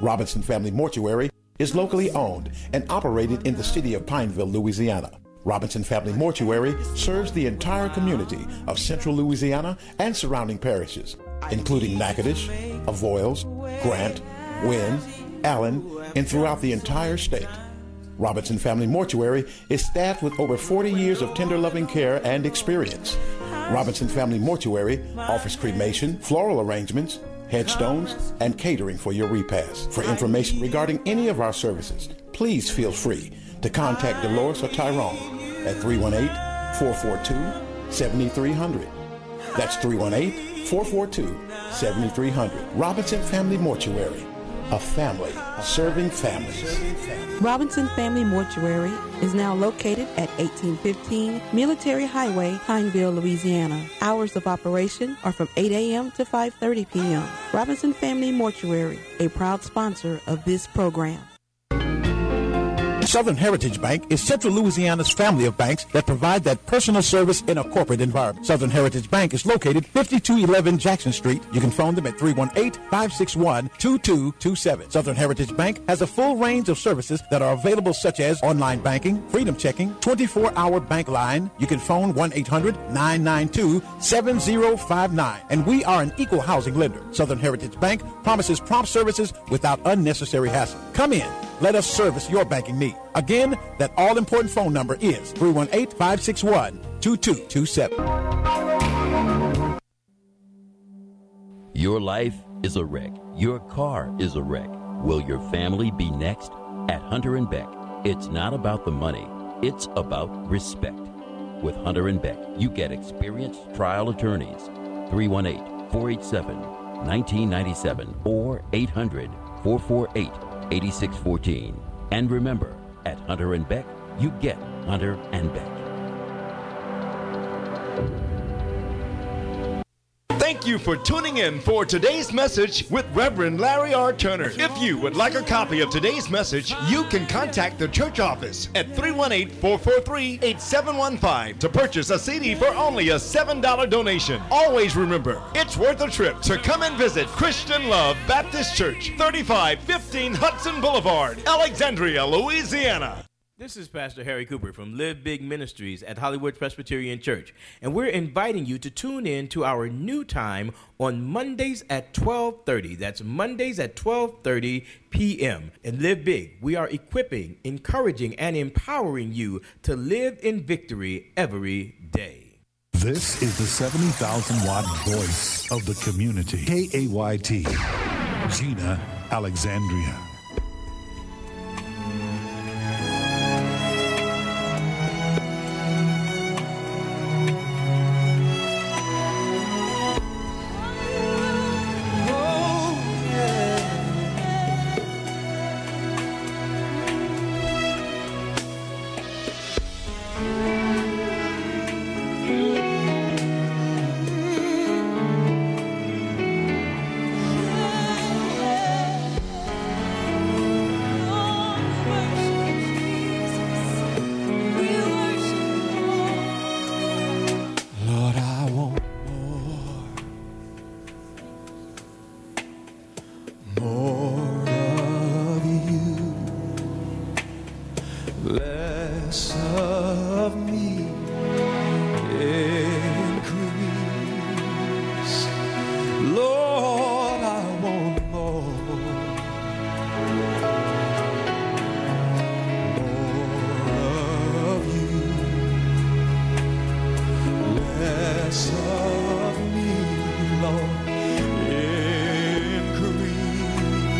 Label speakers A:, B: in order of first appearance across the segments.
A: Robinson Family Mortuary is locally owned and operated in the city of Pineville, Louisiana. Robinson Family Mortuary serves the entire community of central Louisiana and surrounding parishes, including Natchitoches, Avoyelles, Grant, Wynn, Allen, and throughout the entire state. Robinson Family Mortuary is staffed with over 40 years of tender loving care and experience. Robinson Family Mortuary offers cremation, floral arrangements, headstones, and catering for your repast. For information regarding any of our services, please feel free to contact Dolores or Tyrone at 318 442 7300. That's 318 442 7300. Robinson Family Mortuary, a family serving families.
B: Robinson Family Mortuary is now located at 1815 Military Highway, Pineville, Louisiana. Hours of operation are from 8 a.m. to 5:30 p.m. Robinson Family Mortuary, a proud sponsor of this program.
A: Southern Heritage Bank is Central Louisiana's family of banks that provide that personal service in a corporate environment. Southern Heritage Bank is located 5211 Jackson Street. You can phone them at 318-561-2227. Southern Heritage Bank has a full range of services that are available such as online banking, freedom checking, 24-hour bank line. You can phone 1-800-992-7059. And we are an equal housing lender. Southern Heritage Bank promises prompt services without unnecessary hassle. Come in. Let us service your banking need. Again, that all important phone number is 318 561 2227.
C: Your life is a wreck. Your car is a wreck. Will your family be next? At Hunter and Beck, it's not about the money, it's about respect. With Hunter and Beck, you get experienced trial attorneys. 318 487 1997 or 800 448 8614. And remember, at Hunter and Beck, you get Hunter and Beck.
D: Thank you for tuning in for today's message with Reverend Larry R. Turner. If you would like a copy of today's message, you can contact the church office at 318 443 8715 to purchase a CD for only a $7 donation. Always remember, it's worth a trip to come and visit Christian Love Baptist Church, 3515 Hudson Boulevard, Alexandria, Louisiana.
E: This is Pastor Harry Cooper from Live Big Ministries at Hollywood Presbyterian Church, and we're inviting you to tune in to our new time on Mondays at 12:30. That's Mondays at 12:30 p.m. And Live Big, we are equipping, encouraging, and empowering you to live in victory every day.
F: This is the 70,000 watt voice of the community. KAYT. Gina Alexandria.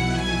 G: of me, Lord, increase.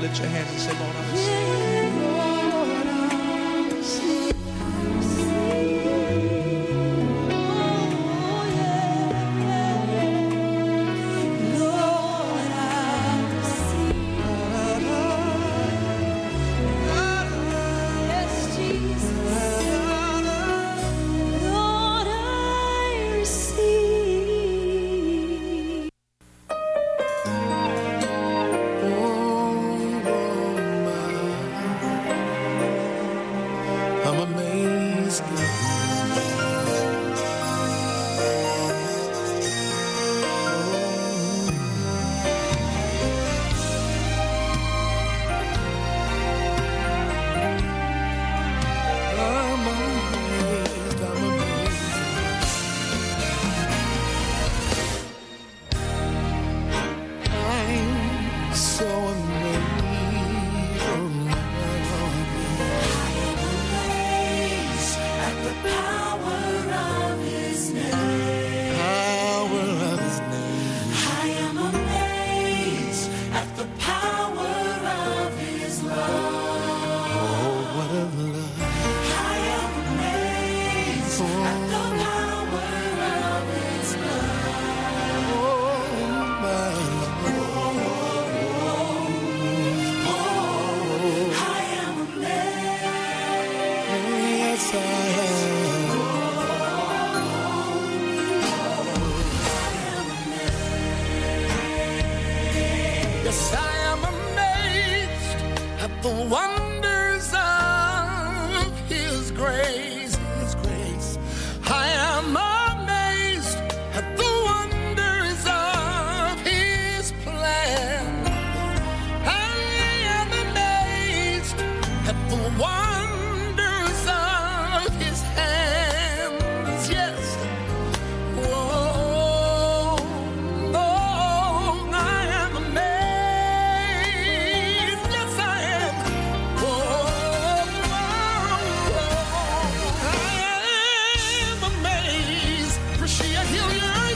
G: lift your hands and say, Lord, I receive.
H: I'm amazed. I'm amazed. I'm amazed. I'm so amazed. Oh, my Lord. power of his name. I am amazed at the power of his love. Oh, what a love. I am amazed at the power of his love. Oh, my Lord. Yes, I am. Yes, I am amazed at the wonders of His grace. His grace. I am amazed at the wonders of His plan. I am amazed at the wonders of His hands. Yes. Oh, oh, I am amazed. Yes, I am. Oh, I am amazed. For she had healed your He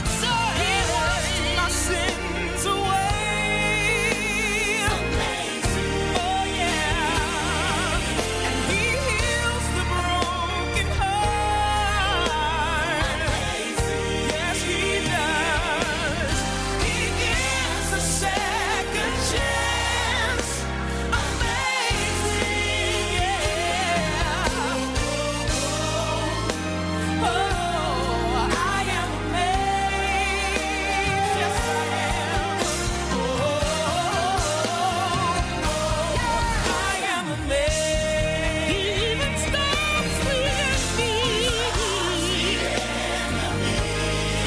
H: washed my sins away. Amazing. Oh, yeah. And He heals the broken heart. Yes, he does. He gives a second chance. Amazing, yeah. Oh, I am amazed. Yes, I am. Oh, I am amazed. He even stops me and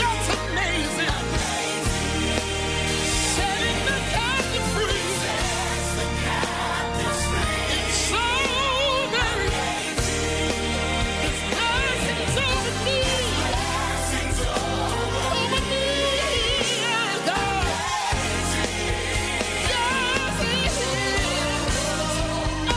H: that's amazing. Setting the captive free. It's so very. It's blessings over me. Over me, yeah, God. Yes, it is. Oh, oh.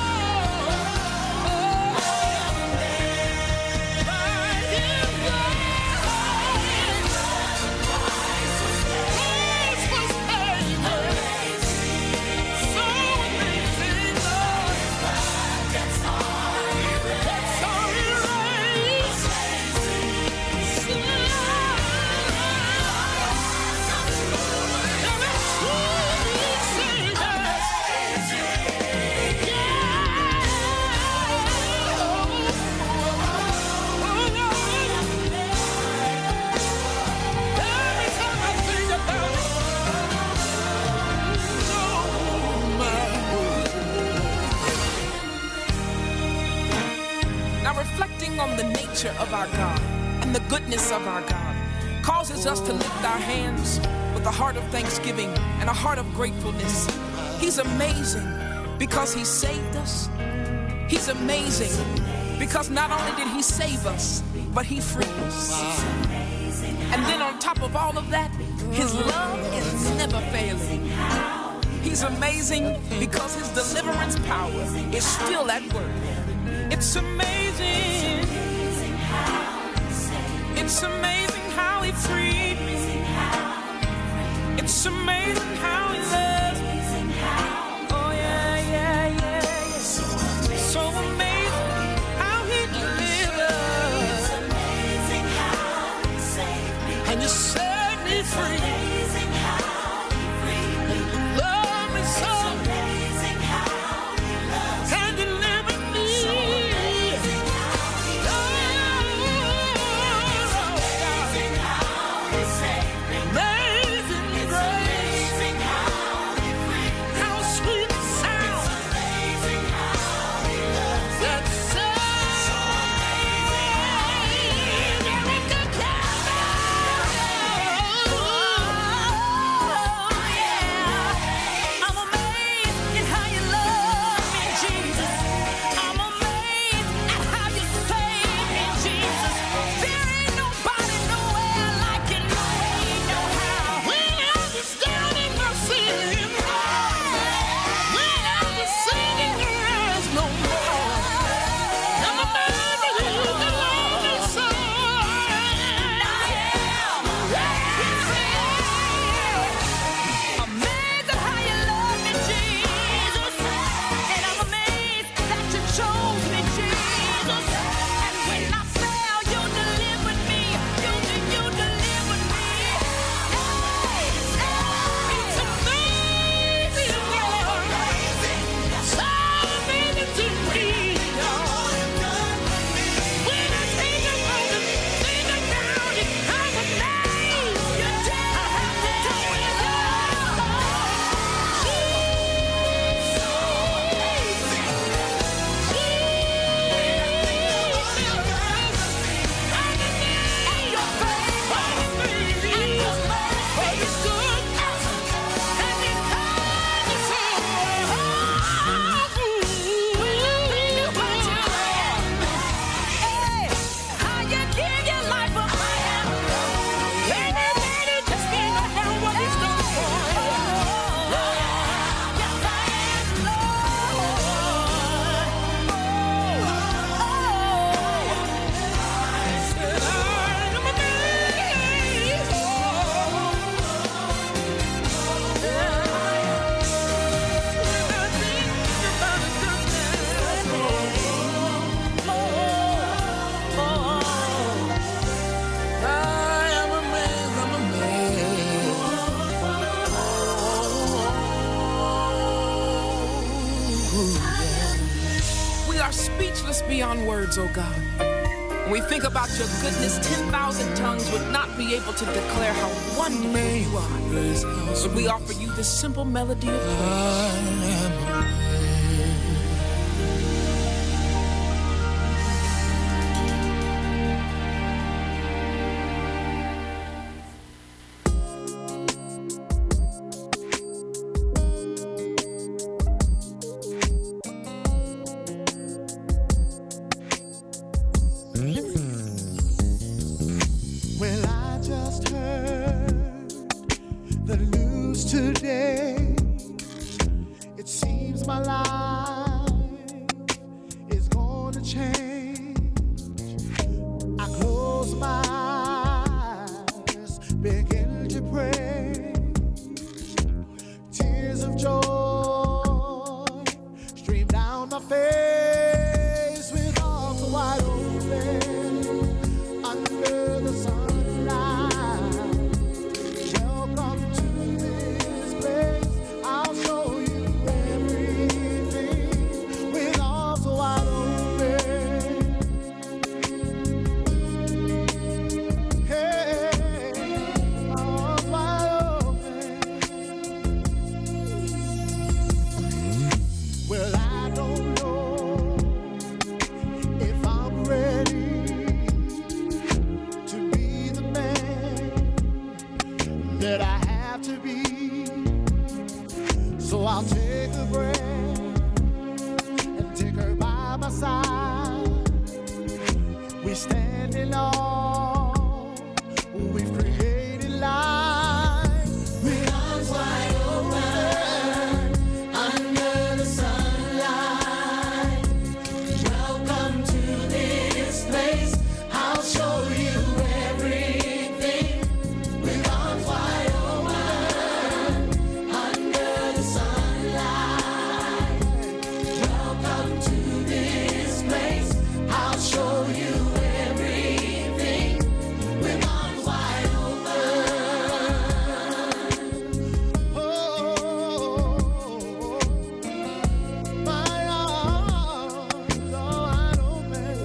I: Now, reflecting on the nature of our God and the goodness of our God causes us to lift our hands with a heart of thanksgiving and a heart of gratefulness. He's amazing because He saved us. He's amazing because not only did He save us, but He freed us. And then, on top of all of that, His love is never failing. He's amazing because His deliverance power is still at work. It's amazing. It's amazing how he freed me. It's amazing how he loves me. Oh
H: oh,
I: yeah, speechless beyond words, O God. When we think about your goodness, 10,000 tongues would not be able to declare how wonderful you are. So we offer you this simple melody of praise.
H: Well, I just heard the news today. It seems my life is gonna change. I close my eyes, begin to pray. Tears of joy stream down my face with arms wide open under the sunlight. Welcome to this place. I'll show you everything with arms wide open. Hey, arms wide open. Well, I don't know if I'm ready to be the man that I have to be. So I'll take a breath and take her by my side. We stand in awe. We've created life. With arms wide open under the sunlight. Welcome to this place. I'll show you everything with arms wide open under the sunlight. Welcome to this place. I'll show you everything with arms wide open. Oh. My arms are wide open.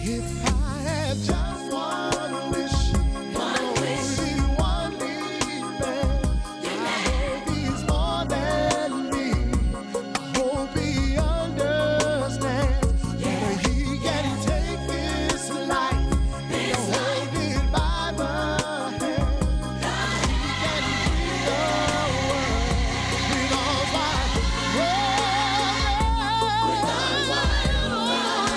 H: If I had just one wish, one wish, one defect, I hope he's more than me. I hope he understands that he can take this life and hold it by the hand. That he can free the world. With arms wide open,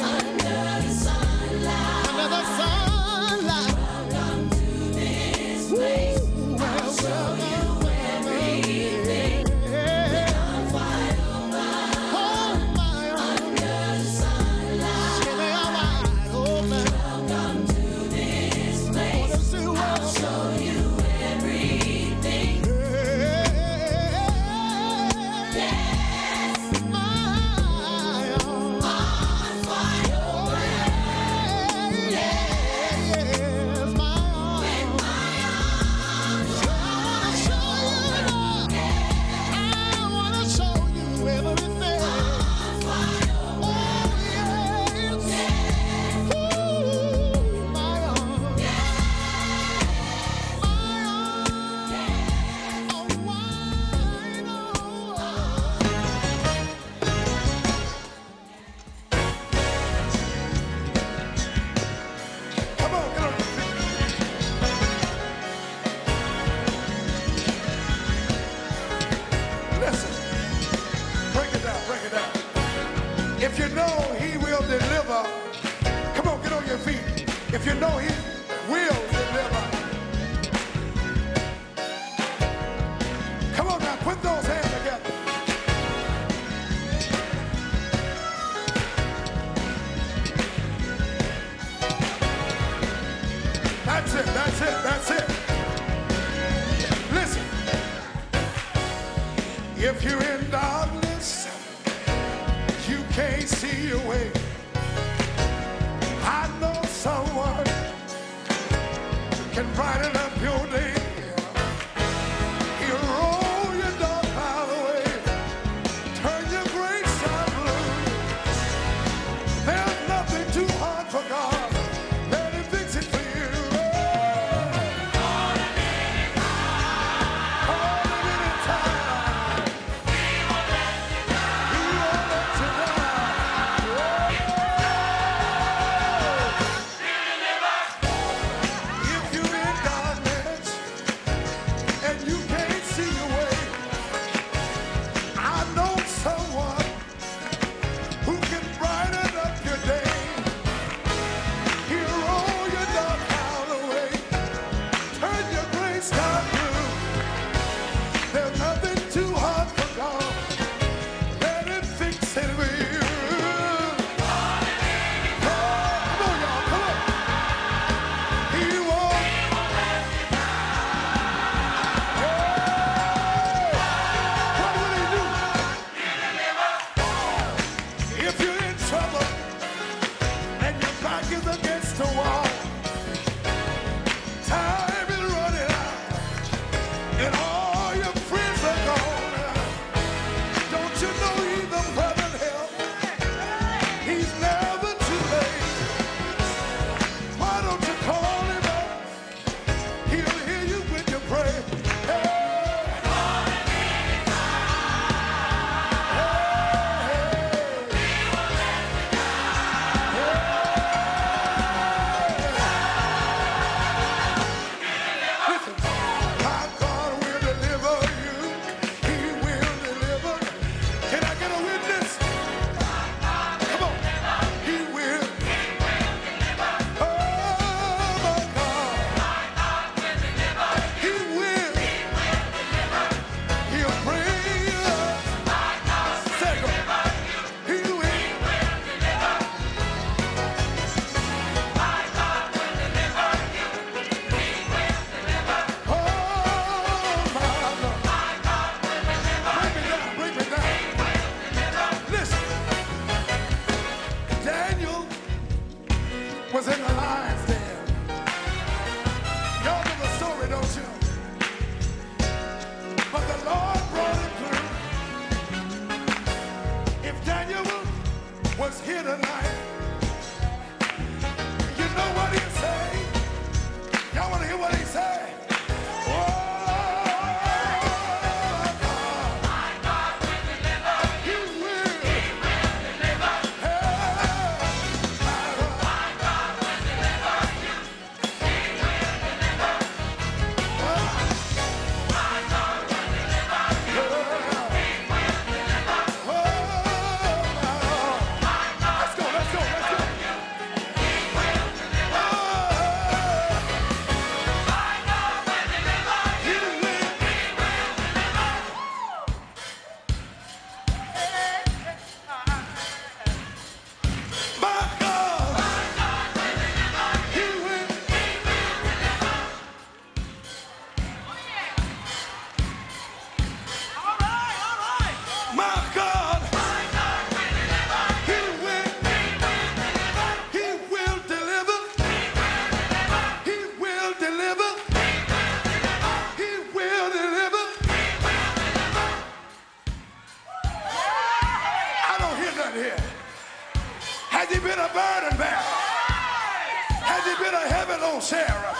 H: under the sunlight, under the sunlight. Welcome to this place. I'll show you everything. With arms wide open, under the sunlight. Welcome to this place. I'll show you everything.
D: Listen, break it down, break it down. If you know he will deliver, come on, get on your feet. If you know he will deliver, come on now, put those hands together. That's it, that's it, that's it. Listen. If you're in darkness, you can't see your way. I know someone can brighten up your day. He'll roll your dark cloud away, turn your gray sun and all your friends are gone. Don't you know he's a mother help? He's never too late. Why don't you call him up? He'll hear you when you pray. Hey. My God will deliver you. He will deliver. Can I get a witness? Come on. He will. Oh my God. He will. He'll bring us. Say it, go. He will. Oh my God. Break me down, break me down. Listen. Daniel was in the lion's den. Y'all know the story, don't you? But the Lord brought him through. If Daniel was here tonight, you know what he'd say? Y'all want to hear what he said? Oh, God. He will. Oh, Let's go, let's go, let's go. Oh. My God, He will. My God, He will, He will deliver. He will deliver. He will deliver. I don't hear nothing here. Has he been a burden bearer? Has he been a heaven on Sarah?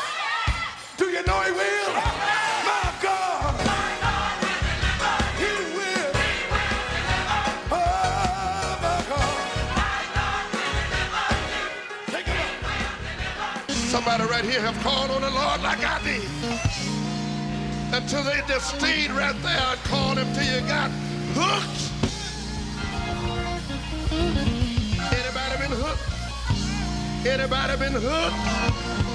D: Do you know he will? My God, He will. Oh my God. Take it up. Somebody right here have called on the Lord like I did. Until they just stayed right there and called him till you got hooked. Anybody been hooked? Anybody been hooked?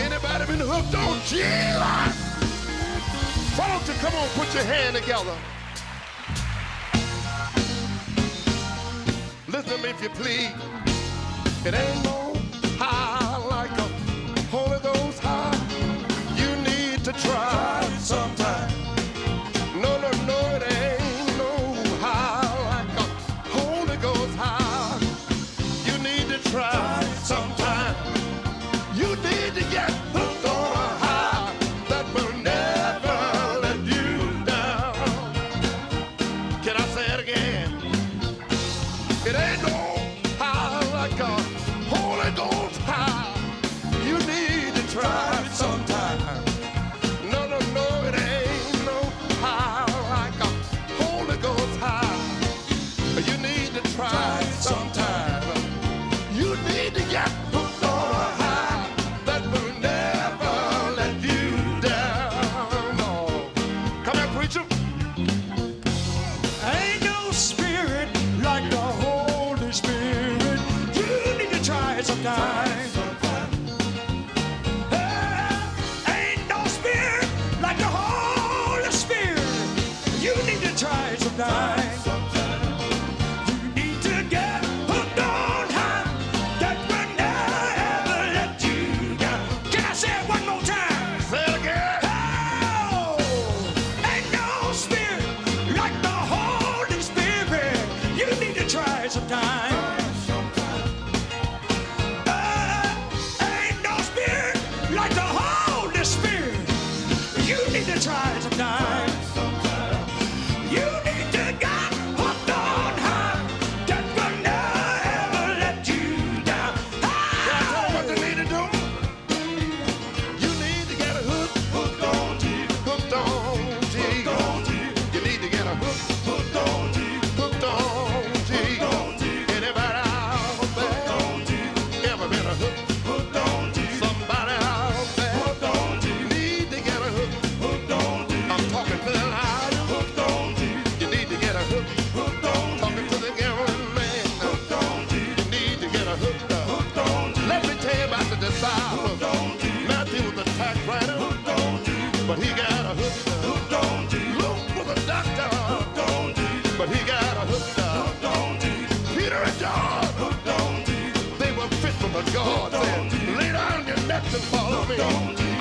D: Anybody been hooked on Jesus? Why don't you come on, put your hand together. Listen to me if you please. It ain't no high like a Holy Ghost high. You need to try it sometime. No, no, no, it ain't no high like a Holy Ghost high. You need to try it sometime. You need to get hooked on a high that will never let you down. Can I say it again? It ain't no high like a Holy Ghost high. You need to try it sometime. No, no,
I: Hooked on D. Luke was a doctor. Hooked on D. But he got a hooked up. Hooked on D. Peter and John. Hooked on D. They were fit for the God. Said, Lay down your nets and follow me.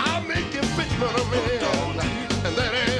I: I'll make you fit for the man. And that ain't